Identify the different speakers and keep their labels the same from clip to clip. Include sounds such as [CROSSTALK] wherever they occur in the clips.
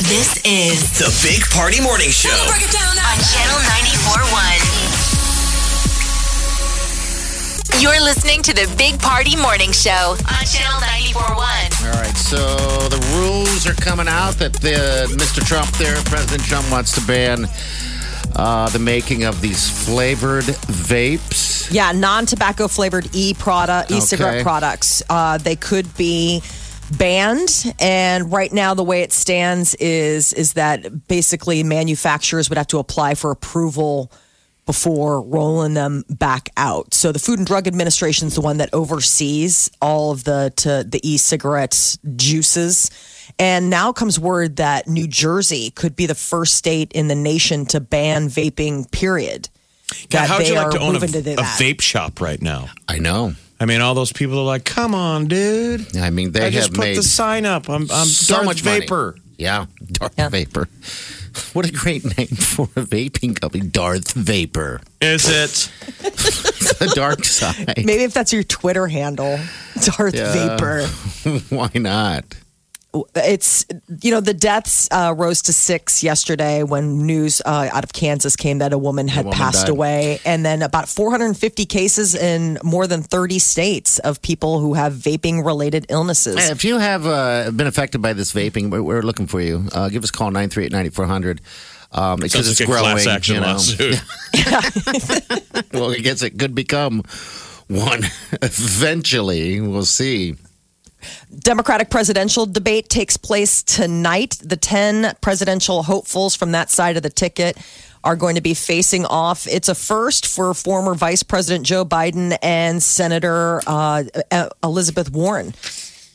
Speaker 1: This is
Speaker 2: The Big Party Morning Show.
Speaker 1: Break it down now. on Channel 94.1. You're listening to the Big Party Morning Show on Channel 94.1.
Speaker 3: All right, so the rules are coming out that the Mr. Trump there, President Trump wants to ban uh, the making of these flavored vapes.
Speaker 4: Yeah, non-tobacco flavored e-product, e-cigarette
Speaker 3: Okay.
Speaker 4: products. Uh, they could be banned, and right now the way it stands is is that basically manufacturers would have to apply for approval before rolling them back out. So the Food and Drug Administration is the one that oversees all of the to, the e-cigarette juices. And now comes word that New Jersey could be the first state in the nation to ban vaping. Period.
Speaker 5: God,
Speaker 4: that
Speaker 5: how would
Speaker 4: they
Speaker 5: you like
Speaker 4: are
Speaker 5: to own a,
Speaker 4: moving to do
Speaker 5: a
Speaker 4: that.
Speaker 5: vape shop right now?
Speaker 3: I know.
Speaker 5: I mean, all those people are like, "Come on, dude!
Speaker 3: I mean, they
Speaker 5: I just
Speaker 3: have
Speaker 5: put
Speaker 3: made
Speaker 5: the sign up. I'm, I'm
Speaker 3: so
Speaker 5: Darth
Speaker 3: much money.
Speaker 5: vapor."
Speaker 3: Yeah, Darth
Speaker 4: Yeah.
Speaker 3: Vapor. What a great name for a vaping company, Darth Vapor. [LAUGHS]
Speaker 5: Is it?
Speaker 3: The dark side. [LAUGHS]
Speaker 4: Maybe if that's your Twitter handle, Darth
Speaker 3: Yeah.
Speaker 4: Vapor.
Speaker 3: Why not?
Speaker 4: It's, you know, the deaths uh, rose to six yesterday when news uh, out of Kansas came that a woman had
Speaker 3: A woman
Speaker 4: passed
Speaker 3: died.
Speaker 4: away. And then about 450 cases in more than 30 states of people who have vaping related illnesses.
Speaker 3: Hey, If you have uh, been affected by this vaping, we're, we're looking for you. Uh, give us a call 938 9400. Um, because
Speaker 5: Sounds
Speaker 3: it's
Speaker 5: like a
Speaker 3: growing.
Speaker 5: class action
Speaker 3: you know. [LAUGHS]
Speaker 5: lawsuit.
Speaker 3: well, I guess it could become one [LAUGHS] eventually. We'll see.
Speaker 4: Democratic presidential debate takes place tonight. The 10 presidential hopefuls from that side of the ticket are going to be facing off. It's a first for former Vice President Joe Biden and Senator uh, E- Elizabeth Warren.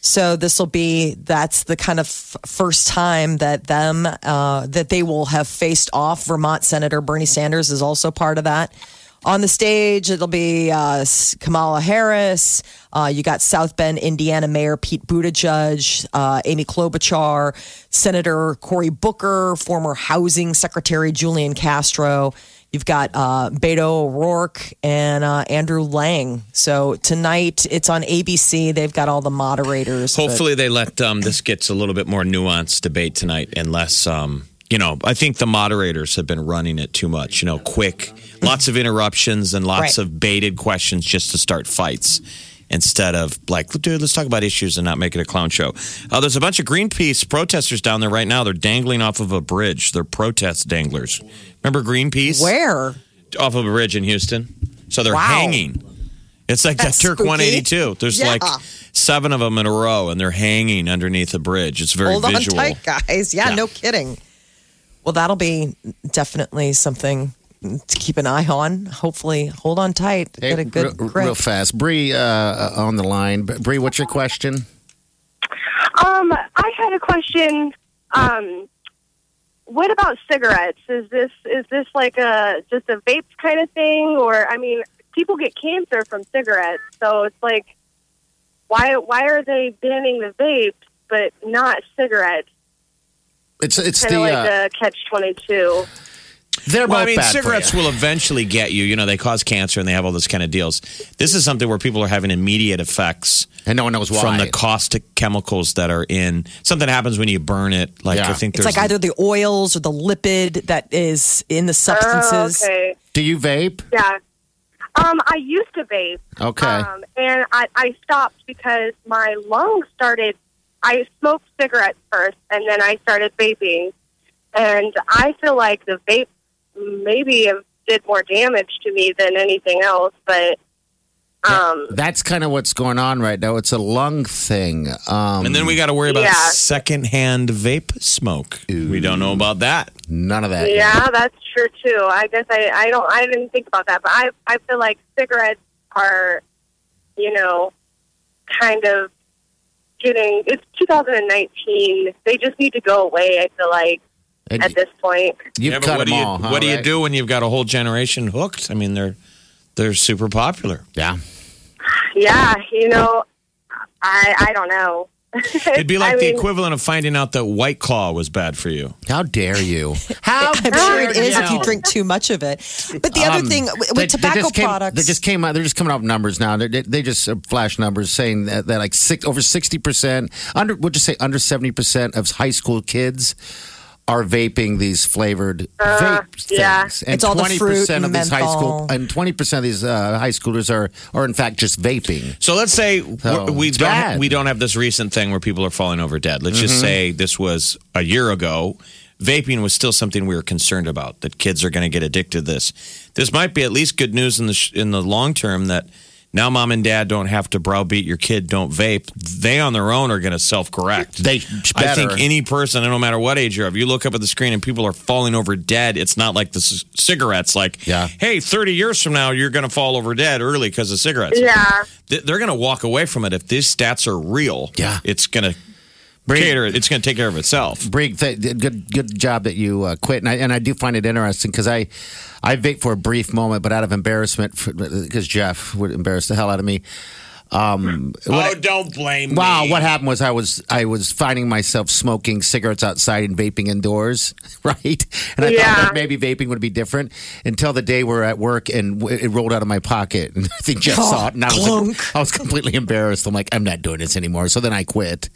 Speaker 4: So this will be that's the kind of f- first time that them uh, that they will have faced off. Vermont Senator Bernie Sanders is also part of that. On the stage, it'll be uh, Kamala Harris. Uh, you got South Bend, Indiana Mayor Pete Buttigieg, uh, Amy Klobuchar, Senator Cory Booker, former Housing Secretary Julian Castro. You've got uh, Beto O'Rourke and uh, Andrew Lang. So tonight it's on ABC. They've got all the moderators. but-
Speaker 5: Hopefully, they let um, this gets a little bit more nuanced debate tonight, and less. Um, you know, I think the moderators have been running it too much. You know, quick, lots of interruptions and lots
Speaker 4: Right.
Speaker 5: of baited questions just to start fights. Instead of like, dude, let's talk about issues and not make it a clown show. Uh, there's a bunch of Greenpeace protesters down there right now. They're dangling off of a bridge. They're protest danglers. Remember Greenpeace?
Speaker 4: where?
Speaker 5: off of a bridge in Houston. So they're
Speaker 4: Wow.
Speaker 5: hanging. It's like
Speaker 4: That's
Speaker 5: that Turk
Speaker 4: spooky.
Speaker 5: 182. There's
Speaker 4: Yeah.
Speaker 5: like seven of them in a row, and they're hanging underneath a bridge. It's very
Speaker 4: Hold
Speaker 5: visual.
Speaker 4: on tight, guys. Yeah,
Speaker 5: Yeah.
Speaker 4: no kidding. Well, that'll be definitely something to keep an eye on. Hopefully, hold on tight. Get a good
Speaker 3: real,
Speaker 4: grip.
Speaker 3: real fast. Bree uh, on the line. Bree, what's your question?
Speaker 6: Um, I had a question. Um, what about cigarettes? Is this is this like a just a vape kind of thing, or I mean, people get cancer from cigarettes, so it's like, why why are they banning the vapes but not cigarettes?
Speaker 3: It's it's
Speaker 6: Kind
Speaker 3: the
Speaker 6: of like
Speaker 3: uh,
Speaker 6: the catch twenty two.
Speaker 3: they're both
Speaker 5: Well, I mean,
Speaker 3: bad for
Speaker 5: cigarettes
Speaker 3: you.
Speaker 5: will eventually get you. You know, they cause cancer and they have all those kind of deals. This is something where people are having immediate effects
Speaker 3: and no one knows why.
Speaker 5: from the caustic chemicals that are in. Something happens when you burn it. Like
Speaker 3: Yeah.
Speaker 5: I think
Speaker 4: It's
Speaker 5: there's
Speaker 4: like either the oils or the lipid that is in the substances.
Speaker 6: Oh, okay.
Speaker 3: Do you vape?
Speaker 6: Yeah. Um, I used to vape.
Speaker 3: Okay.
Speaker 6: Um, and I, I stopped because my lungs started. I smoked cigarettes first, and then I started vaping. And I feel like the vape maybe have- did more damage to me than anything else. But um,
Speaker 3: That's kind of what's going on right now. It's a lung thing. Um,
Speaker 5: And then we got to worry about
Speaker 6: Yeah.
Speaker 5: secondhand vape smoke. We don't know about that.
Speaker 3: none of that. yet.
Speaker 6: yeah, that's true too. I guess I, I don't. I didn't think about that, but I I feel like cigarettes are, you know, kind of getting. It's 2019. They just need to go away. I feel like.
Speaker 3: And
Speaker 6: at this point.
Speaker 3: You've
Speaker 5: Yeah, but
Speaker 3: cut
Speaker 5: what
Speaker 3: them
Speaker 5: do you,
Speaker 3: all, huh,
Speaker 5: What do you
Speaker 3: right?
Speaker 5: do when you've got a whole generation hooked? I mean, they're they're super popular.
Speaker 3: Yeah.
Speaker 6: Yeah, you know, I I don't know.
Speaker 5: It'd
Speaker 6: [LAUGHS]
Speaker 5: be like
Speaker 6: I
Speaker 5: the
Speaker 6: mean,
Speaker 5: equivalent of finding out that White Claw was bad for you.
Speaker 3: How dare you? How
Speaker 4: [LAUGHS] I'm sure it is if you drink too much of it. But the other
Speaker 3: Um,
Speaker 4: thing with
Speaker 3: They-
Speaker 4: with tobacco
Speaker 3: they just came,
Speaker 4: products,
Speaker 3: They just came out. They're just coming out with numbers now. They, they, they just uh, flash numbers saying that, that like six, over sixty percent, under we'll just say under seventy percent of high school kids are vaping these flavored vape things.
Speaker 6: yeah.
Speaker 3: And
Speaker 4: It's all the fruit
Speaker 3: of
Speaker 4: and
Speaker 3: these high school
Speaker 4: menthol.
Speaker 3: and twenty percent of these uh, high schoolers are are in fact just vaping.
Speaker 5: So let's say
Speaker 3: So,
Speaker 5: we're- we
Speaker 3: Oh, it's
Speaker 5: don't
Speaker 3: bad. Mm-hmm.
Speaker 5: we don't have this recent thing where people are falling over dead. Let's just say this was a year ago. Vaping was still something we were concerned about that kids are going to get addicted to this. This might be at least good news in the sh- in the long term that now mom and dad don't have to browbeat your kid don't vape. They on their own are going to self correct.
Speaker 3: They
Speaker 5: I think
Speaker 3: better.
Speaker 5: any person, no matter what age you're of, you look up at the screen and people are falling over dead. It's not like the c- cigarettes. Like,
Speaker 3: Yeah.
Speaker 5: hey, 30 years from now, you're going to fall over dead early because of cigarettes
Speaker 6: yeah.
Speaker 5: th- they're going to walk away from it if these stats are real.
Speaker 3: Yeah.
Speaker 5: it's going to cater. It's going to take care of itself.
Speaker 3: Brig, th- th- good good job that you uh, quit, and I, and I do find it interesting because I I vape for a brief moment, but out of embarrassment, because Jeff would embarrass the hell out of me. Um,
Speaker 5: oh, don't blame
Speaker 3: Wow, what happened was I was I was finding myself smoking cigarettes outside and vaping indoors, [LAUGHS] right? And I
Speaker 6: Yeah.
Speaker 3: thought that maybe vaping would be different until the day we're at work and w- it rolled out of my pocket, [LAUGHS] and I think Jeff saw it, and I was like, I was completely embarrassed. I'm like, I'm not doing this anymore. So then I quit.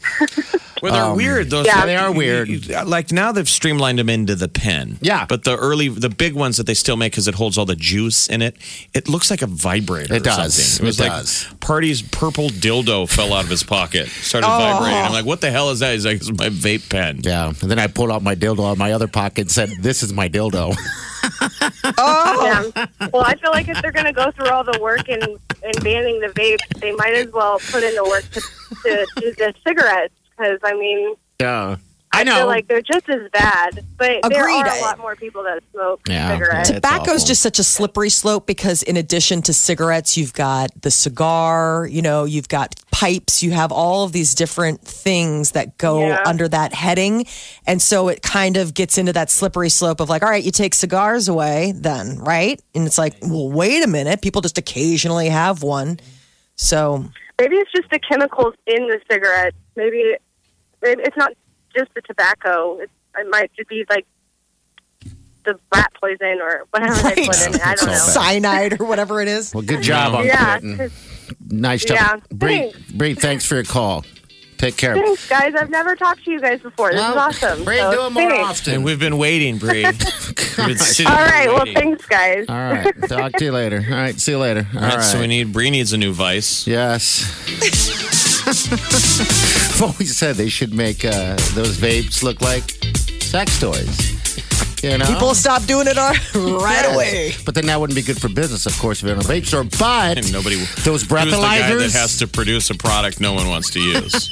Speaker 5: Well, they're weird. Those
Speaker 6: Yeah.
Speaker 3: They are weird.
Speaker 5: Um, You- you- Like now they've streamlined them into the pen.
Speaker 3: Yeah.
Speaker 5: but the early, the big ones that they still make because it holds all the juice in it. It looks like a vibrator.
Speaker 3: It
Speaker 5: or
Speaker 3: does.
Speaker 5: something. It was
Speaker 3: It
Speaker 5: like
Speaker 3: does.
Speaker 5: Party's purple dildo fell out of his pocket, started
Speaker 6: Oh.
Speaker 5: vibrating. I'm like, what the hell is that? He's like, it's my vape pen.
Speaker 3: Yeah, and then I pulled out my dildo out of my other pocket and said, "This is my dildo." [LAUGHS]
Speaker 6: yeah. Well, I feel like if they're going to go through all the work in, in banning the vape, they might as well put in the work to, to do the cigarettes because, I mean,
Speaker 3: Yeah, I know.
Speaker 6: feel like they're just as bad. But there
Speaker 4: Agreed.
Speaker 6: are a lot more people that smoke
Speaker 3: Yeah.
Speaker 6: cigarettes.
Speaker 3: It's
Speaker 4: tobacco's
Speaker 3: awful.
Speaker 4: just such a slippery slope because in addition to cigarettes you've got the cigar you know you've got pipes you have all of these different things that go
Speaker 6: Yeah.
Speaker 4: under that heading and so it kind of gets into that slippery slope of like all right you take cigars away then right and it's like well wait a minute people just occasionally have one so
Speaker 6: Maybe it's just the chemicals in the cigarette. Maybe, maybe it's not just the tobacco. It, it might just be like the rat poison or whatever they put in it. I
Speaker 3: It's
Speaker 6: don't
Speaker 3: all
Speaker 6: know.
Speaker 3: bad.
Speaker 4: cyanide or whatever it is
Speaker 3: well, good job on
Speaker 6: Yeah,
Speaker 3: quitting.
Speaker 6: 'cause-
Speaker 3: Nice job,
Speaker 6: Yeah,
Speaker 3: Bree.
Speaker 6: thanks.
Speaker 3: Bree, thanks for your call. Take care.
Speaker 6: [LAUGHS] thanks, guys. I've never talked to you guys before. This
Speaker 3: Well,
Speaker 6: is awesome.
Speaker 3: Bree,
Speaker 6: So,
Speaker 3: do it more
Speaker 6: thanks.
Speaker 5: And
Speaker 3: often. [LAUGHS]
Speaker 5: we've been waiting,
Speaker 6: [LAUGHS]
Speaker 5: Bree. We've been sitting
Speaker 6: All
Speaker 5: here
Speaker 6: right. Well,
Speaker 5: waiting.
Speaker 6: thanks, guys.
Speaker 3: All right. Talk to you later. All right. See you later. All
Speaker 5: All
Speaker 3: right.
Speaker 5: right, so we need Bree needs a new vice.
Speaker 3: yes. [LAUGHS] I've always said they should make uh, those vapes look like sex toys. You know?
Speaker 4: people stop doing it
Speaker 6: [LAUGHS]
Speaker 4: all [LAUGHS] right
Speaker 3: Yes.
Speaker 4: away
Speaker 3: But then that wouldn't be good for business, of course, if you're in a vape store. But
Speaker 5: And nobody
Speaker 3: those
Speaker 5: Who's the guy
Speaker 3: breathalyzers.
Speaker 5: that has to produce a product no one wants to use?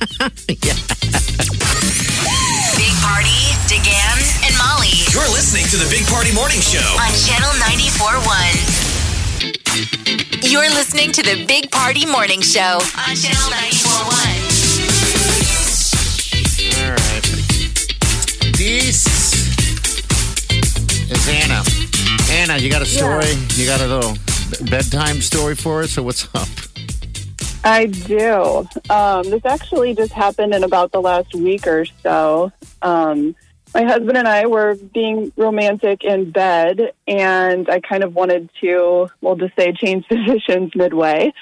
Speaker 1: Big Party, DeGan, and Molly
Speaker 2: You're listening to the Big Party Morning Show.
Speaker 1: on Channel 94.1. You're listening to the Big Party Morning Show on Channel 94.1.
Speaker 3: All right. This is Anna. Anna, you got a story? You got a little bedtime story for us, or what's up?
Speaker 7: I do. Um, this actually just happened in about the last week or so. Um, my husband and I were being romantic in bed, and I kind of wanted to, we'll just say, change [LAUGHS] positions midway.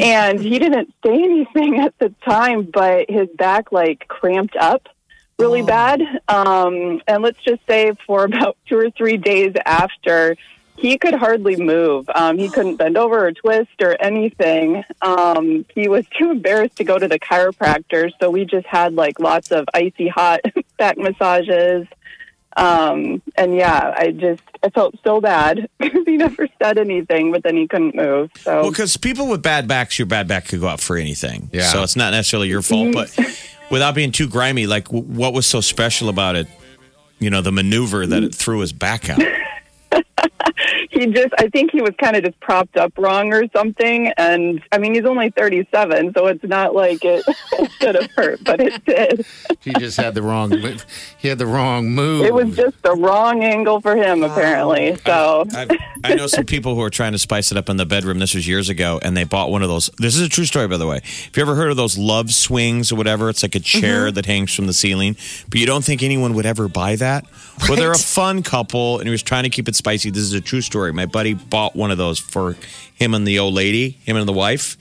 Speaker 7: And he didn't say anything at the time, but his back like cramped up really bad. Um, and let's just say for [LAUGHS] about two or three days after, he could hardly move. Um, he couldn't bend over or twist or anything. Um, he was too embarrassed to go to the chiropractor, so we just had like lots of icy hot [LAUGHS] back massages. Um, and yeah, I just I felt so bad [LAUGHS] because he never said anything, but then he couldn't move. So
Speaker 5: Well, because people with bad backs, your bad back could go out for anything.
Speaker 3: Yeah.
Speaker 5: So it's not necessarily your fault, but without being too grimy, like w- what was so special about it? You know, the maneuver that it threw his back out.
Speaker 7: he just, I think he was kind of just propped up wrong or something. And I mean, he's only 37, so it's not like it, [LAUGHS] it should have hurt, but it did.
Speaker 3: He just had the wrong. He had the wrong move.
Speaker 7: It was just the wrong angle for him, apparently. So
Speaker 5: I've, I know some people who are trying to spice it up in the bedroom. This was years ago, and they bought one of those. This is a true story, by the way. Have you ever heard of those love swings or whatever? It's like a chair that hangs from the ceiling, but you don't think anyone would ever buy that. Well, they're a
Speaker 4: Right.
Speaker 5: fun couple, and he was trying to keep it spicy. This is a true story. My buddy bought one of those for him and the old lady, him and the wife,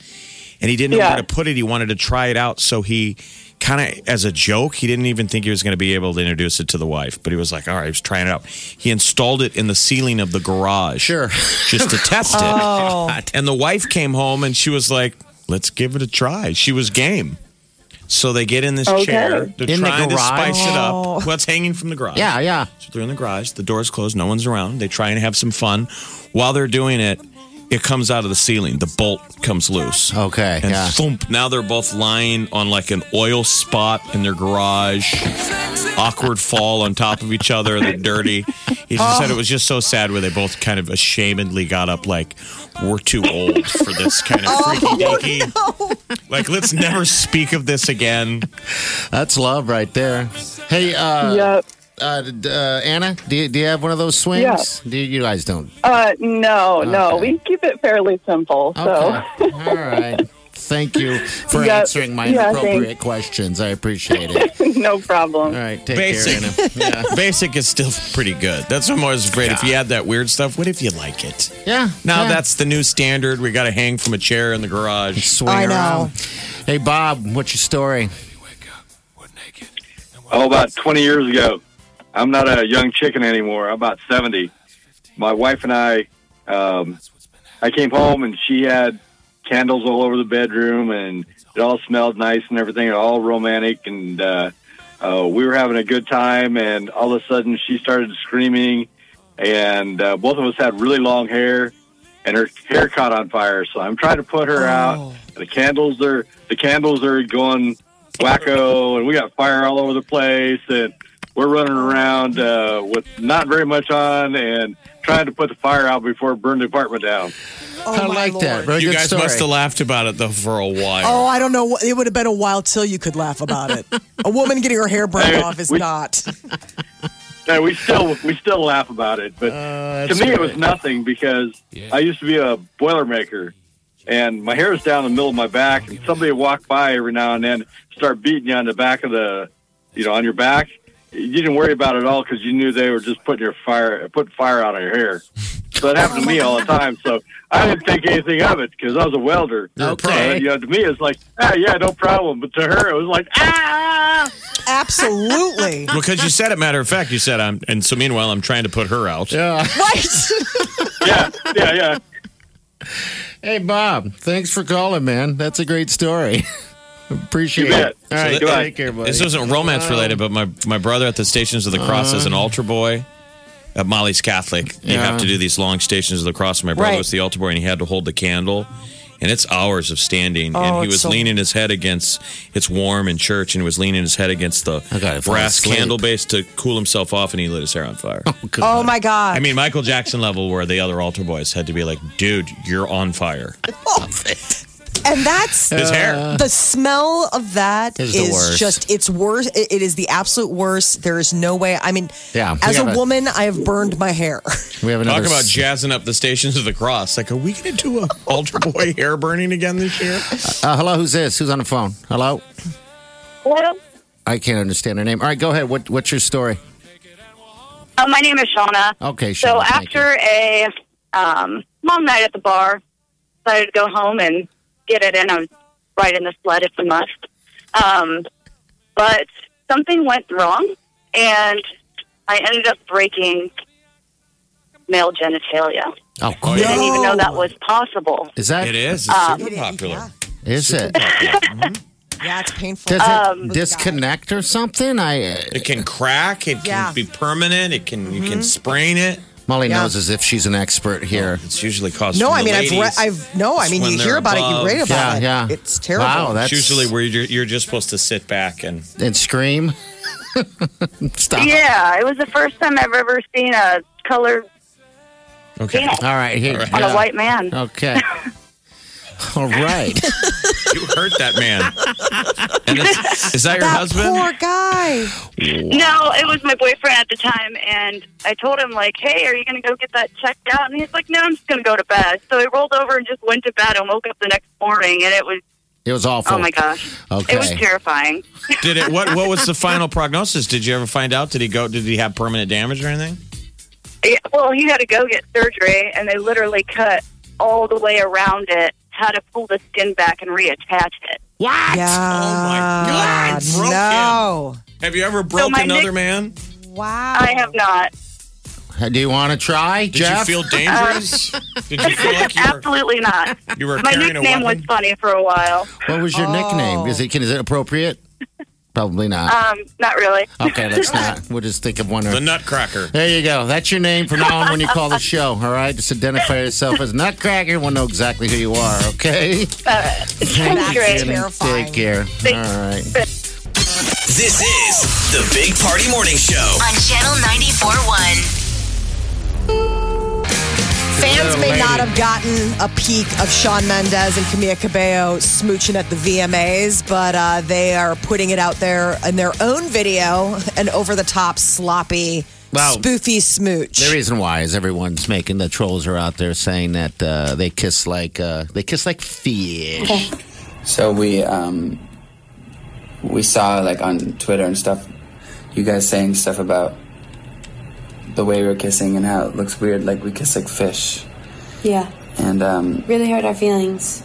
Speaker 5: and he didn't know
Speaker 7: Yeah.
Speaker 5: where to put it. He wanted to try it out, so he. Kind of as a joke, he didn't even think he was going to be able to introduce it to the wife, but he was like, "All right, he was trying it out." He installed it in the ceiling of the garage,
Speaker 3: Sure.
Speaker 5: just to test it.
Speaker 7: Oh.
Speaker 5: [LAUGHS] And the wife came home and she was like, let's give it a try. She was game. So they get in this
Speaker 7: Okay.
Speaker 5: chair. They're
Speaker 3: In the
Speaker 5: trying to
Speaker 3: garage?
Speaker 5: spice it up. Well, it's hanging from the garage.
Speaker 3: Yeah, yeah.
Speaker 5: So they're in the garage. The door's closed. No one's around. They try and have some fun. While they're doing it, it comes out of the ceiling. The bolt comes loose.
Speaker 3: Okay,
Speaker 5: And
Speaker 3: yeah.
Speaker 5: thump, now they're both lying on like an oil spot in their garage. Awkward fall on top of each other. They're dirty. He just said it was just so sad where they both kind of ashamedly got up like, we're too old for this
Speaker 3: [LAUGHS]
Speaker 5: kind of
Speaker 3: Oh,
Speaker 5: freaky deaky. Like, let's never speak of this again.
Speaker 3: That's love right there. Hey, uh,
Speaker 7: yep.
Speaker 3: uh, d- uh, Anna, do you, do you have one of those swings?
Speaker 7: Yeah.
Speaker 3: Do you, you guys don't?
Speaker 7: Uh, no, no,
Speaker 3: Okay.
Speaker 7: we keep it fairly simple. So
Speaker 3: Okay. All right. Thank
Speaker 7: [LAUGHS]
Speaker 3: you for
Speaker 7: Yeah,
Speaker 3: answering my
Speaker 7: yeah,
Speaker 3: inappropriate questions. I appreciate it.
Speaker 7: [LAUGHS] no problem.
Speaker 3: All right. Take
Speaker 5: Basic.
Speaker 3: care, Anna.
Speaker 5: Basic is still pretty good. That's what I'm always afraid. If you had that weird stuff, what if you like it?
Speaker 3: Yeah.
Speaker 5: [LAUGHS]
Speaker 3: yeah
Speaker 5: Now
Speaker 3: yeah.
Speaker 5: that's the new standard. We got to hang from a chair in the garage.
Speaker 3: swing
Speaker 4: I know.
Speaker 3: around. Hey, Bob, what's your story?
Speaker 8: Oh, about 20 years ago. I'm not a young chicken anymore. I'm about 70. My wife and I, um, I came home and she had candles all over the bedroom and it all smelled nice and everything, all romantic. And uh, uh, we were having a good time. And all of a sudden she started screaming. And uh, both of us had really long hair and her hair caught on fire. So I'm trying to put her out. The candles are the candles are going wacko, and we got fire all over the place, and we're running around uh, with not very much on, and trying to put the fire out before it burned the apartment down.
Speaker 4: Oh,
Speaker 3: I like that. Very
Speaker 5: you
Speaker 3: good
Speaker 5: guys
Speaker 3: story.
Speaker 5: must have laughed about it though for a while.
Speaker 9: Oh, I don't know. what- It would have been a while till you could laugh about it. A woman getting her hair burned
Speaker 8: Hey,
Speaker 9: off is
Speaker 8: we-
Speaker 9: not.
Speaker 8: And we still we still laugh about it, but
Speaker 3: Oh. Uh,
Speaker 8: to me it was nothing because I used to be a boilermaker, and my hair was down the middle of my back, and somebody would walk by every now and then, start beating you on the back of the, you know, on your back. You didn't worry about it at all because you knew they were just putting your fire, putting fire out of your hair. So it happened to me all the time. So I didn't think anything of it because I was a welder.
Speaker 3: Okay.
Speaker 8: You know, to me it's like, ah, yeah, no problem. But to her, it was like, ah.
Speaker 5: [LAUGHS]
Speaker 9: Absolutely.
Speaker 5: Because you said it, matter of fact, you said I'm, and so meanwhile, I'm trying to put her
Speaker 4: [LAUGHS]
Speaker 5: out.
Speaker 3: Yeah.
Speaker 9: Right.
Speaker 8: Yeah, yeah, yeah.
Speaker 3: [LAUGHS] Hey, Bob, thanks for calling, man. That's a great story. [LAUGHS] Appreciate
Speaker 8: You bet.
Speaker 3: it. All right.
Speaker 8: So that-
Speaker 3: take care, buddy.
Speaker 5: This wasn't romance related, but my, my brother at the Stations of the Cross is an
Speaker 4: Uh-huh.
Speaker 5: altar boy. Uh, Molly's Catholic. You
Speaker 3: Yeah.
Speaker 5: have to do these long Stations of the Cross. My brother
Speaker 4: Right.
Speaker 5: was the altar boy, and he had to hold the candle. And it's hours of standing. and
Speaker 4: Oh,
Speaker 5: he
Speaker 4: it's
Speaker 5: was
Speaker 4: so-
Speaker 5: leaning his head against, it's warm in church, and he was leaning his head against the
Speaker 3: I gotta fall
Speaker 5: brass
Speaker 3: asleep.
Speaker 5: candle base to cool himself off, and he lit his hair
Speaker 4: [LAUGHS]
Speaker 5: on fire.
Speaker 4: Oh my God.
Speaker 5: I mean, Michael Jackson level where the other altar boys had to be like, dude, you're on fire.
Speaker 4: [LAUGHS] and that's
Speaker 5: His hair.
Speaker 4: the smell of that
Speaker 3: Is
Speaker 4: is,
Speaker 3: the worst.
Speaker 4: just it's worse it, it is the absolute worst there is no way i mean
Speaker 3: Yeah, we
Speaker 4: as a
Speaker 3: gotta-
Speaker 4: woman i have burned my hair [LAUGHS]
Speaker 3: we have another.
Speaker 5: Talk about
Speaker 3: s-
Speaker 5: jazzing up the stations of the cross. Like, are we going to [LAUGHS] do a altar boy hair burning again this year?
Speaker 3: uh, hello, who's this? Who's on the phone? Hello?
Speaker 10: Hello.
Speaker 3: I can't understand her name. All right, go ahead. What, what's your story?
Speaker 10: Uh, my name is Shauna.
Speaker 3: Okay,
Speaker 10: So
Speaker 3: Shauna, thank
Speaker 10: after a um, mom night at the bar, decided to go home and get it in. I was right in the sled if we must. Um, but something went wrong, and I ended up breaking male genitalia.
Speaker 3: Oh,
Speaker 5: Oh,
Speaker 3: yeah.
Speaker 5: yeah.
Speaker 10: Didn't even know that was possible.
Speaker 3: Is that?
Speaker 5: It is. It's
Speaker 4: Uh,
Speaker 5: super popular.
Speaker 3: Is it?
Speaker 4: Um, yeah it's painful Uh,
Speaker 3: Does it disconnect or something? I uh,
Speaker 5: It can crack. It
Speaker 4: Yeah. Mm-hmm.
Speaker 5: can be permanent. It can you can sprain it.
Speaker 3: Molly
Speaker 4: Yeah.
Speaker 3: knows as if she's an expert here.
Speaker 5: It's usually caused.
Speaker 4: no
Speaker 5: from
Speaker 4: i
Speaker 5: the
Speaker 4: mean i've read
Speaker 5: ladies.
Speaker 4: i've no i
Speaker 5: It's
Speaker 4: mean
Speaker 5: when
Speaker 4: you
Speaker 5: they're
Speaker 4: hear about it
Speaker 5: above.
Speaker 4: you read about
Speaker 3: Yeah,
Speaker 4: it
Speaker 3: yeah.
Speaker 4: it's terrible
Speaker 3: Wow, that's
Speaker 5: It's usually where you're you're just supposed to sit back and
Speaker 3: and scream. [LAUGHS] Stop. Uh-huh.
Speaker 10: Yeah, it was the first time I've ever seen a colored
Speaker 3: Okay.
Speaker 10: Damn it.
Speaker 3: All right. Here,
Speaker 10: on
Speaker 3: yeah.
Speaker 10: a white man.
Speaker 3: Okay. [LAUGHS] All right.
Speaker 5: You hurt that
Speaker 4: [LAUGHS]
Speaker 5: man. And it's- is that your husband?
Speaker 4: Poor guy.
Speaker 10: No, it was my boyfriend at the time, and I told him like, "Hey, are you going to go get that checked out?" And he's like, "No, I'm just going to go to bed." So I rolled over and just went to bed and woke up the next morning, and it was
Speaker 3: It was awful.
Speaker 10: oh my gosh,
Speaker 3: Okay.
Speaker 10: it was terrifying.
Speaker 5: Did it? What? What was the final prognosis? Did you ever find out? Did he go? Did he have permanent damage or anything?
Speaker 10: Yeah, well, he had to go get surgery, and they literally cut all the way around it, had to pull the skin back and reattach it.
Speaker 3: What?
Speaker 4: Yeah.
Speaker 5: Oh God, broke
Speaker 4: Uh, No.
Speaker 5: Have you ever broke
Speaker 10: my
Speaker 5: another
Speaker 10: nick-
Speaker 5: man?
Speaker 4: Wow.
Speaker 10: I have
Speaker 5: Oh,
Speaker 10: not.
Speaker 3: Do you want to try,
Speaker 5: Did
Speaker 3: Jeff?
Speaker 5: you feel dangerous?
Speaker 4: Uh,
Speaker 5: Did you feel
Speaker 4: [LAUGHS]
Speaker 5: like you were,
Speaker 10: [LAUGHS] Absolutely
Speaker 5: [LAUGHS]
Speaker 10: not.
Speaker 5: you were
Speaker 10: My
Speaker 5: carrying a
Speaker 10: nickname was
Speaker 5: weapon?
Speaker 10: funny for a while.
Speaker 3: what was your
Speaker 10: Oh.
Speaker 3: nickname? Is it can, is it appropriate? Probably not.
Speaker 10: Um, not really. [LAUGHS]
Speaker 3: okay, let's not. We'll just think of one.
Speaker 5: the
Speaker 3: Or,
Speaker 5: Nutcracker.
Speaker 3: there you go. That's your name from now on when you call the show. All right, just identify yourself as Nutcracker. We'll know exactly who you are. Okay.
Speaker 10: That's great.
Speaker 3: Take care. All right.
Speaker 2: This is the Big Party Morning Show.
Speaker 1: on Channel 94.1.
Speaker 4: Fans
Speaker 3: Little
Speaker 4: may
Speaker 3: lady.
Speaker 4: not have gotten a peek of Sean Mendez and Camila Cabello smooching at the VMAs, but uh, they are putting it out there in their own video, an over the top, sloppy,
Speaker 3: Wow.
Speaker 4: spoofy smooch.
Speaker 3: The reason why is everyone's making the trolls are out there saying that uh, they kiss like uh, they kiss like fish.
Speaker 11: So we um, we saw like on Twitter and stuff, you guys saying stuff about the way we're kissing and how it looks weird, like we kiss like fish,
Speaker 12: Yeah,
Speaker 11: and um,
Speaker 12: really hurt our feelings.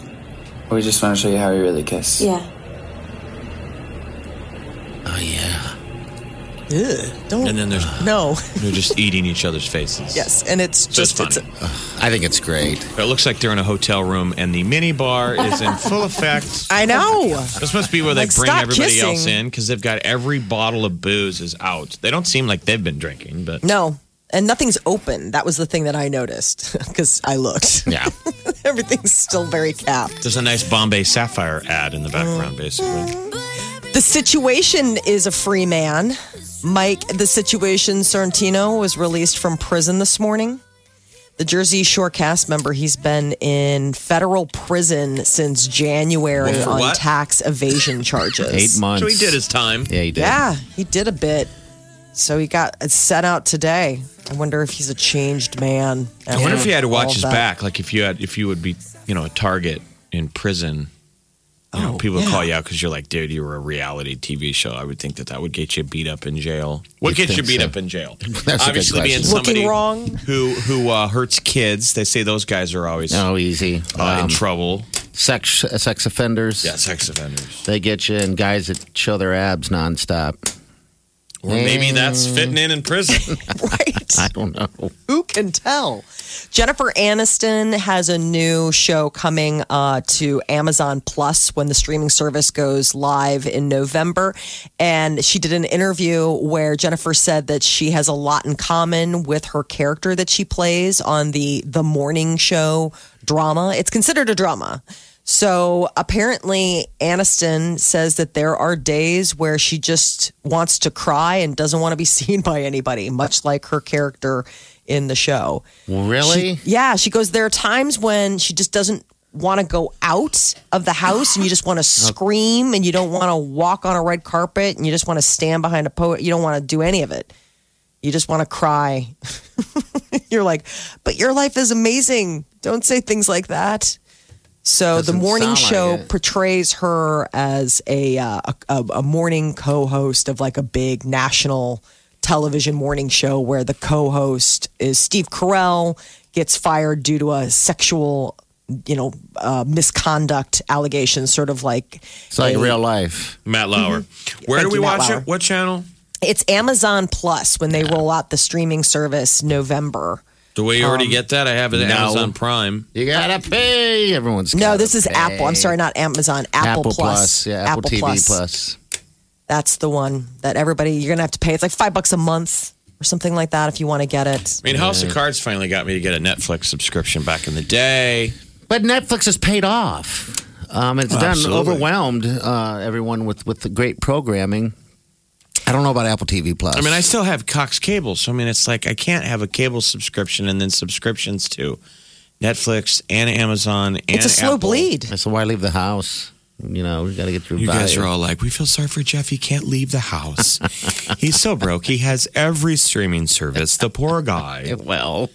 Speaker 11: we just want to show you how we really kiss.
Speaker 12: Yeah.
Speaker 3: Oh yeah.
Speaker 4: Ugh, don't.
Speaker 5: And then there's
Speaker 4: no. [LAUGHS]
Speaker 5: they're just eating each other's faces.
Speaker 4: Yes, and it's
Speaker 5: Just
Speaker 4: just
Speaker 5: funny.
Speaker 3: I think it's great.
Speaker 5: It looks like they're in a hotel room and the mini bar is in
Speaker 4: [LAUGHS]
Speaker 5: full effect.
Speaker 4: I know.
Speaker 5: This must be where they
Speaker 4: Like,
Speaker 5: bring
Speaker 4: stop
Speaker 5: everybody
Speaker 4: kissing.
Speaker 5: else in because they've got every bottle of booze is out. They don't seem like they've been drinking, but
Speaker 4: No, and nothing's open. That was the thing that I noticed [LAUGHS] because I looked.
Speaker 3: Yeah.
Speaker 4: [LAUGHS] Everything's still very capped.
Speaker 5: there's a nice Bombay Sapphire ad in the background, basically.
Speaker 4: The situation is a free man. Mike, the situation Sorrentino was released from prison this morning. The Jersey Shore cast member, he's been in federal prison since January
Speaker 5: Well, for
Speaker 4: on
Speaker 5: what?
Speaker 4: tax
Speaker 5: [LAUGHS]
Speaker 4: evasion charges.
Speaker 3: Eight months.
Speaker 5: So he did his time.
Speaker 3: Yeah, he did.
Speaker 4: Yeah, he did a bit. So he got sent out today. I wonder if he's a changed man.
Speaker 5: I wonder if he had to watch
Speaker 4: All
Speaker 5: his
Speaker 4: that.
Speaker 5: back, like if you had, if you would be, you know, a target in prison. You
Speaker 4: Oh,
Speaker 5: know, people would call you out because you're like, dude, you were a reality TV show. I would think that that would get you beat up in jail. Would
Speaker 3: You'd
Speaker 5: get you
Speaker 3: think
Speaker 5: beat
Speaker 3: so.
Speaker 5: up in [LAUGHS] jail.
Speaker 3: That's a good
Speaker 5: Obviously, being
Speaker 3: question.
Speaker 4: Looking
Speaker 5: somebody
Speaker 4: wrong.
Speaker 5: who who uh, hurts kids. They say those guys are always
Speaker 3: Oh, easy.
Speaker 5: uh, in
Speaker 3: Um,
Speaker 5: trouble.
Speaker 3: sex uh, sex offenders.
Speaker 5: Yeah, sex offenders.
Speaker 3: They get you, and guys that show their abs nonstop.
Speaker 5: Or maybe that's
Speaker 4: Mm.
Speaker 5: fitting in in [LAUGHS] prison.
Speaker 4: [LAUGHS] Right.
Speaker 3: I don't know.
Speaker 4: Who can tell? Jennifer Aniston has a new show coming uh, to Amazon Plus when the streaming service goes live in November. And she did an interview where Jennifer said that she has a lot in common with her character that she plays on the the morning show drama. It's considered a drama. So apparently, Aniston says that there are days where she just wants to cry and doesn't want to be [LAUGHS] seen by anybody, much like her character in the show.
Speaker 3: Really?
Speaker 4: Yeah, she goes, There are times when she just doesn't want to go out of the house and you just want to scream and you don't want to walk on a red carpet and you just want to stand behind a poet. You don't want to do any of it. You just want to cry. you're like, But your life is amazing. Don't say things like that. So the
Speaker 3: Doesn't
Speaker 4: morning
Speaker 3: sound like
Speaker 4: show
Speaker 3: it.
Speaker 4: portrays her as a, uh, a- a a morning co-host of like a big national television morning show where the co-host is Steve Carell gets fired due to a sexual you know uh, misconduct allegation sort of like
Speaker 3: It's like
Speaker 4: a-
Speaker 3: real life.
Speaker 5: Matt Lauer.
Speaker 4: [LAUGHS] Thank
Speaker 5: Where do we
Speaker 4: you, Matt
Speaker 5: watch
Speaker 4: Lauer.
Speaker 5: it? What channel?
Speaker 4: it's Amazon Plus when they roll out the streaming service November.
Speaker 5: Do we already
Speaker 4: Um,
Speaker 5: get that? I have it at
Speaker 3: no.
Speaker 5: Amazon Prime.
Speaker 3: You gotta pay. Everyone's
Speaker 4: No,
Speaker 3: gotta
Speaker 4: this is
Speaker 3: pay.
Speaker 4: Apple. I'm sorry, not Amazon. Apple,
Speaker 3: Apple Plus. Yeah, Apple, TV Plus.
Speaker 4: That's the one that everybody you're gonna have to pay. It's like five bucks a month or something like that if you want to get it.
Speaker 5: I mean, House of Cards finally got me to get a Netflix subscription back in the day.
Speaker 3: But Netflix has paid off. Um, it's done
Speaker 5: Oh, Absolutely.
Speaker 3: overwhelmed uh, everyone with with the great programming. I don't know about Apple TV Plus.
Speaker 5: I mean, I still have Cox Cable, so I mean, it's like I can't have a cable subscription and then subscriptions to Netflix and Amazon. And Apple.
Speaker 3: So why leave the house? You know, we got to get through.
Speaker 5: You guys
Speaker 3: diet.
Speaker 5: are all like, we feel sorry for Jeff. He can't leave the house. He's so broke. He has every streaming service. The poor guy.
Speaker 3: [LAUGHS] Well,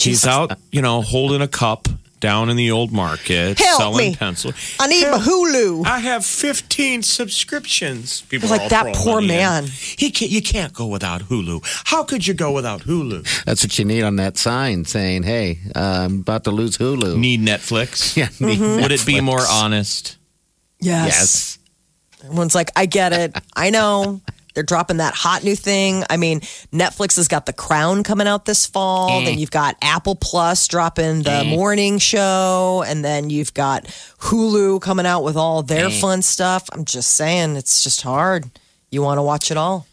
Speaker 5: he's out, you know, holding a cup down in the old market,
Speaker 4: Help
Speaker 5: selling
Speaker 4: me.
Speaker 5: pencil.
Speaker 4: I need my Hulu.
Speaker 5: I have 15 subscriptions. People
Speaker 4: Like
Speaker 5: are all
Speaker 4: that
Speaker 5: throwing
Speaker 4: poor
Speaker 5: money in.
Speaker 4: man.
Speaker 5: He can't. You can't go without Hulu. How could you go without Hulu?
Speaker 3: That's what you need on that sign saying, "Hey, uh, I'm about to lose Hulu."
Speaker 5: Need [LAUGHS] Netflix?
Speaker 3: Yeah. Need
Speaker 4: Mm-hmm.
Speaker 5: Would it be
Speaker 3: Netflix.
Speaker 5: more honest?
Speaker 4: Yes. Everyone's like, I get it. I know. They're dropping that hot new thing. I mean, Netflix has got The Crown coming out this fall.
Speaker 3: Eh.
Speaker 4: Then you've got Apple Plus dropping the morning show. And then you've got Hulu coming out with all their
Speaker 3: Eh.
Speaker 4: fun stuff. I'm just saying, it's just hard. You want to watch it all.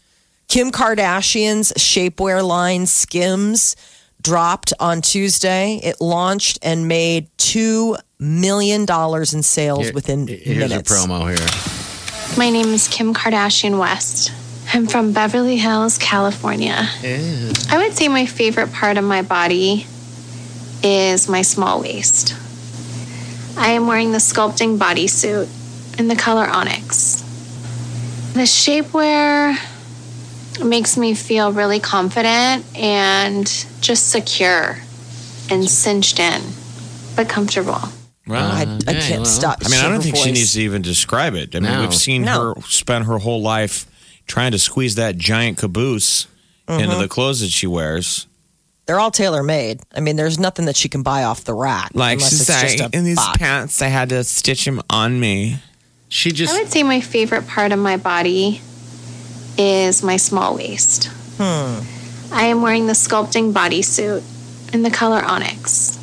Speaker 4: Kim Kardashian's shapewear line Skims dropped on Tuesday. It launched and made $2 million in sales
Speaker 3: Here-
Speaker 4: within
Speaker 3: Here's
Speaker 4: minutes.
Speaker 3: a promo here.
Speaker 13: My name is Kim Kardashian West. I'm from Beverly Hills, California. I would say my favorite part of my body is my small waist. I am wearing the sculpting bodysuit in the color onyx. The shapewear makes me feel really confident and just secure and cinched in, but comfortable.
Speaker 5: Uh, Well,
Speaker 4: I- I Okay, can't well. stop
Speaker 5: I mean, I don't
Speaker 4: Silver
Speaker 5: think she
Speaker 4: Voice.
Speaker 5: needs to even describe it. I mean,
Speaker 3: No.
Speaker 5: we've seen
Speaker 4: No.
Speaker 5: her spend her whole life trying to squeeze that giant caboose into
Speaker 4: Mm-hmm.
Speaker 5: the clothes that she wears.
Speaker 4: They're all tailor made. I mean, there's nothing that she can buy off the rack. unless it's just a bop.
Speaker 5: pants, I had to stitch them on me.
Speaker 3: She just
Speaker 13: I would say my favorite part of my body is my small waist. I am wearing the sculpting bodysuit in the color onyx.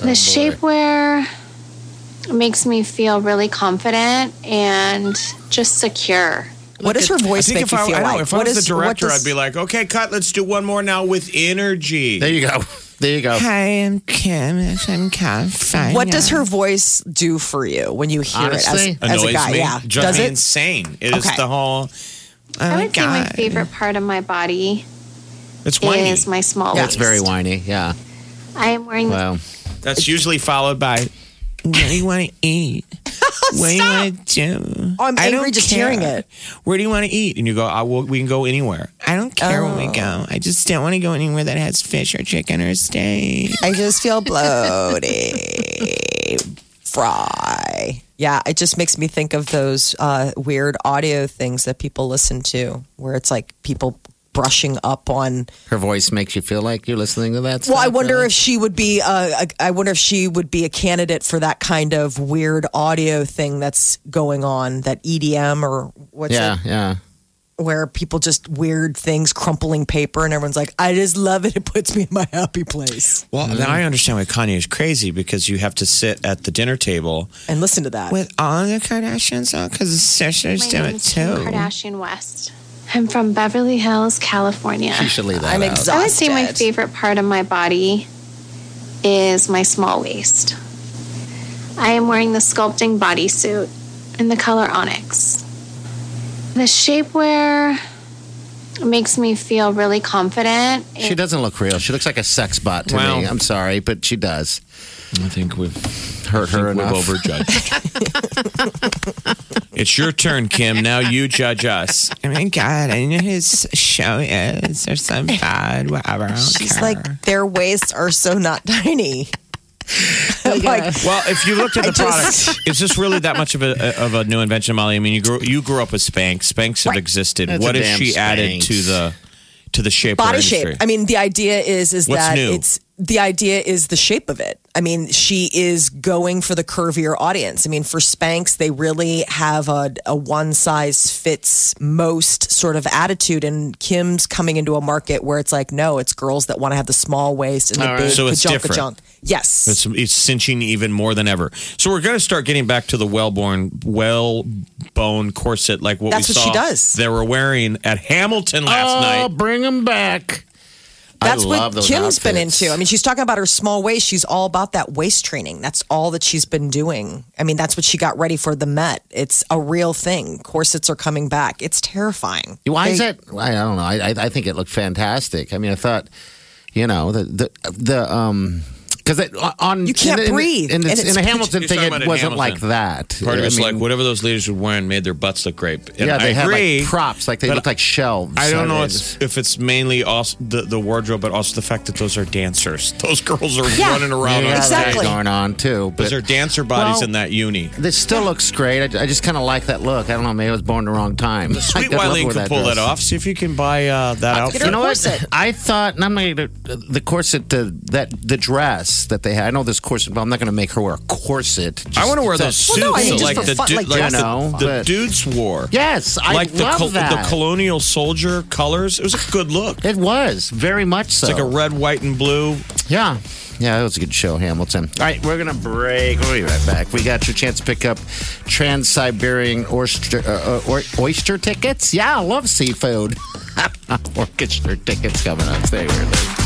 Speaker 13: The shapewear makes me feel really confident and just secure.
Speaker 4: What does her voice
Speaker 5: I think
Speaker 4: make
Speaker 5: if
Speaker 4: you
Speaker 5: I,
Speaker 4: feel
Speaker 5: I know,
Speaker 4: like?
Speaker 5: if I
Speaker 4: What
Speaker 5: was
Speaker 4: is-
Speaker 5: the
Speaker 4: what
Speaker 5: director,
Speaker 4: does-
Speaker 5: I'd be like, okay, cut. Let's do one more now with energy.
Speaker 3: There you go. There you go.
Speaker 5: Hi, I'm Kim. I'm Kat.
Speaker 4: What does her voice do for you when you hear
Speaker 3: Honestly?
Speaker 4: it as, as a
Speaker 5: Annoys
Speaker 4: guy?
Speaker 5: me.
Speaker 4: Yeah,
Speaker 5: Drives
Speaker 4: does
Speaker 5: me
Speaker 4: it?
Speaker 5: insane. It is
Speaker 4: Okay.
Speaker 5: the whole. Oh
Speaker 13: I
Speaker 5: my
Speaker 13: would say my
Speaker 5: God.
Speaker 13: favorite part of my body
Speaker 5: It's whiny.
Speaker 13: is my small
Speaker 3: That's
Speaker 13: waist.
Speaker 3: Oh, very whiny. Yeah.
Speaker 13: I am wearing the
Speaker 3: Wow.
Speaker 5: That's usually followed by, what do you want to
Speaker 13: [LAUGHS]
Speaker 5: eat? What do you want to do?
Speaker 4: Oh, I'm
Speaker 5: I don't
Speaker 4: angry just
Speaker 5: care.
Speaker 4: hearing it.
Speaker 5: Where do you want to eat? And you go, I will, we can go anywhere. I don't care
Speaker 4: Oh.
Speaker 5: where we go. I just don't want to go anywhere that has fish or chicken or steak.
Speaker 4: I just feel bloated. [LAUGHS] Fry. Yeah, it just makes me think of those uh, weird audio things that people listen to, where it's like people brushing up on.
Speaker 3: Her voice makes you feel like you're listening to that.
Speaker 4: Well, I
Speaker 3: stuff,
Speaker 4: wonder
Speaker 3: really?
Speaker 4: if she would be. Uh, I I wonder if she would be a candidate for that kind of weird audio thing that's going on, that EDM or what's
Speaker 3: Yeah.
Speaker 4: it?
Speaker 3: Yeah.
Speaker 4: where people just weird things crumpling paper and everyone's like i just love it it puts me in my happy place
Speaker 5: Well, now I understand why Kanye is crazy because you have to sit at the dinner table
Speaker 4: and listen to that
Speaker 5: with all the Kardashians on because the sisters do
Speaker 13: My name
Speaker 5: it
Speaker 13: is Kim
Speaker 5: too.
Speaker 13: Kardashian West. I'm from Beverly Hills, California.
Speaker 3: She should leave that.
Speaker 4: i'm
Speaker 3: out.
Speaker 4: exhausted
Speaker 13: I would say my favorite part of my body is my small waist. I am wearing the sculpting bodysuit in the color onyx. The shapewear makes me feel really confident.
Speaker 3: She doesn't look real. She looks like a sex bot to
Speaker 5: Wow.
Speaker 3: me. I'm sorry, but she does.
Speaker 5: I think we've
Speaker 3: Hurt her
Speaker 5: we've
Speaker 3: enough. [LAUGHS]
Speaker 5: overjudged. it's your turn, Kim. Now you judge us. I mean, God, I know his show is
Speaker 4: [LAUGHS]
Speaker 5: or some bad, whatever.
Speaker 4: she's like their waists are so not
Speaker 13: [LAUGHS]
Speaker 4: tiny [LAUGHS] like
Speaker 5: well, if you looked at the
Speaker 4: just-
Speaker 5: product, is this really that much of a of a new invention, Molly? I mean, you grew you grew up with Spanx. Spanx have existed.
Speaker 3: That's
Speaker 5: what
Speaker 3: a
Speaker 5: if
Speaker 3: damn
Speaker 5: she added
Speaker 3: Spanx.
Speaker 5: to the to the shape
Speaker 4: body
Speaker 5: industry?
Speaker 4: shape i mean the idea is is
Speaker 5: What's
Speaker 4: that
Speaker 5: new?
Speaker 4: it's the idea is the shape of it i mean she is going for the curvier audience i mean for spanx they really have a, a one size fits most sort of attitude and kim's coming into a market where it's like no it's girls that want to have the small waist and the
Speaker 5: All right.
Speaker 4: big
Speaker 5: So it's
Speaker 4: ka-junk,
Speaker 5: different.
Speaker 4: ka-junk. yes
Speaker 5: It's, it's cinching even more than ever. So we're going to start getting back to the well-born, well-bone corset, like what
Speaker 4: That's
Speaker 5: we
Speaker 4: what she
Speaker 5: saw
Speaker 4: does.
Speaker 5: they were wearing at Hamilton [LAUGHS] last
Speaker 3: oh,
Speaker 5: night.
Speaker 3: bring them back.
Speaker 4: That's what
Speaker 3: love
Speaker 4: Kim's
Speaker 3: those
Speaker 4: been
Speaker 3: outfits.
Speaker 4: into. I mean, she's talking about her small waist. She's all about that waist training. That's all that she's been doing. I mean, that's what she got ready for the Met. It's a real thing. Corsets are coming back. It's terrifying.
Speaker 3: Why is
Speaker 4: They-
Speaker 3: that? I don't know. I, I, I think it looked fantastic. I mean, I thought, you know, the the the um. Because on
Speaker 4: You can't
Speaker 3: in the,
Speaker 4: breathe,
Speaker 3: in the,
Speaker 4: and
Speaker 3: in the,
Speaker 4: [LAUGHS]
Speaker 3: in the
Speaker 4: it's-
Speaker 3: Hamilton
Speaker 5: He's
Speaker 3: thing,
Speaker 5: talking about
Speaker 3: it
Speaker 5: in
Speaker 3: wasn't
Speaker 5: Hamilton.
Speaker 3: like that.
Speaker 5: Part of
Speaker 3: I
Speaker 5: it's
Speaker 3: mean,
Speaker 5: like whatever those leaders were wearing made their butts look great. And
Speaker 3: yeah, they
Speaker 5: I
Speaker 3: had
Speaker 5: agree.
Speaker 3: like props, like they
Speaker 5: but
Speaker 3: looked like shelves.
Speaker 5: I don't know
Speaker 3: mean,
Speaker 5: it's, if it's mainly also the, the wardrobe, but also the fact that those are dancers. [LAUGHS] Those girls are
Speaker 4: Yeah.
Speaker 5: running around.
Speaker 3: they
Speaker 5: on
Speaker 3: got that
Speaker 5: stage.
Speaker 3: going on too. But
Speaker 5: Those are dancer bodies
Speaker 3: Well,
Speaker 5: in that uni.
Speaker 3: This still looks great. I, I just kind of like that look. I don't know. Maybe I was born the wrong time. The
Speaker 5: Sweet Wileen can pull that off. See if you can buy uh, that outfit.
Speaker 3: you know what? [LAUGHS] I thought, and I'm not gonna, the corset, the, that the dress that they had. I know this corset, but I'm not going to make her wear a corset.
Speaker 5: I want to wear those
Speaker 3: just-
Speaker 5: suits that, like the du- like
Speaker 3: you
Speaker 5: the-
Speaker 3: know,
Speaker 5: the
Speaker 3: but-
Speaker 5: dudes wore.
Speaker 3: Yes, I
Speaker 5: like the
Speaker 3: love
Speaker 5: col-
Speaker 3: that.
Speaker 5: the colonial soldier colors. It was a good look.
Speaker 3: It was very much so.
Speaker 5: It's like a red, white, and blue.
Speaker 3: Yeah. Yeah, that was a good show, Hamilton. All right, we're going to break. We'll be right back. We got your chance to pick up Trans Siberian oyster, uh, uh, oy- oyster tickets. Yeah, I love seafood. [LAUGHS] Orchestra tickets coming up. Stay with us.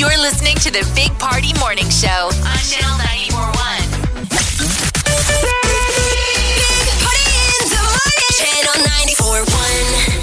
Speaker 1: You're listening to the Big Party Morning Show on Channel 941. Big Party in the morning. Channel 941.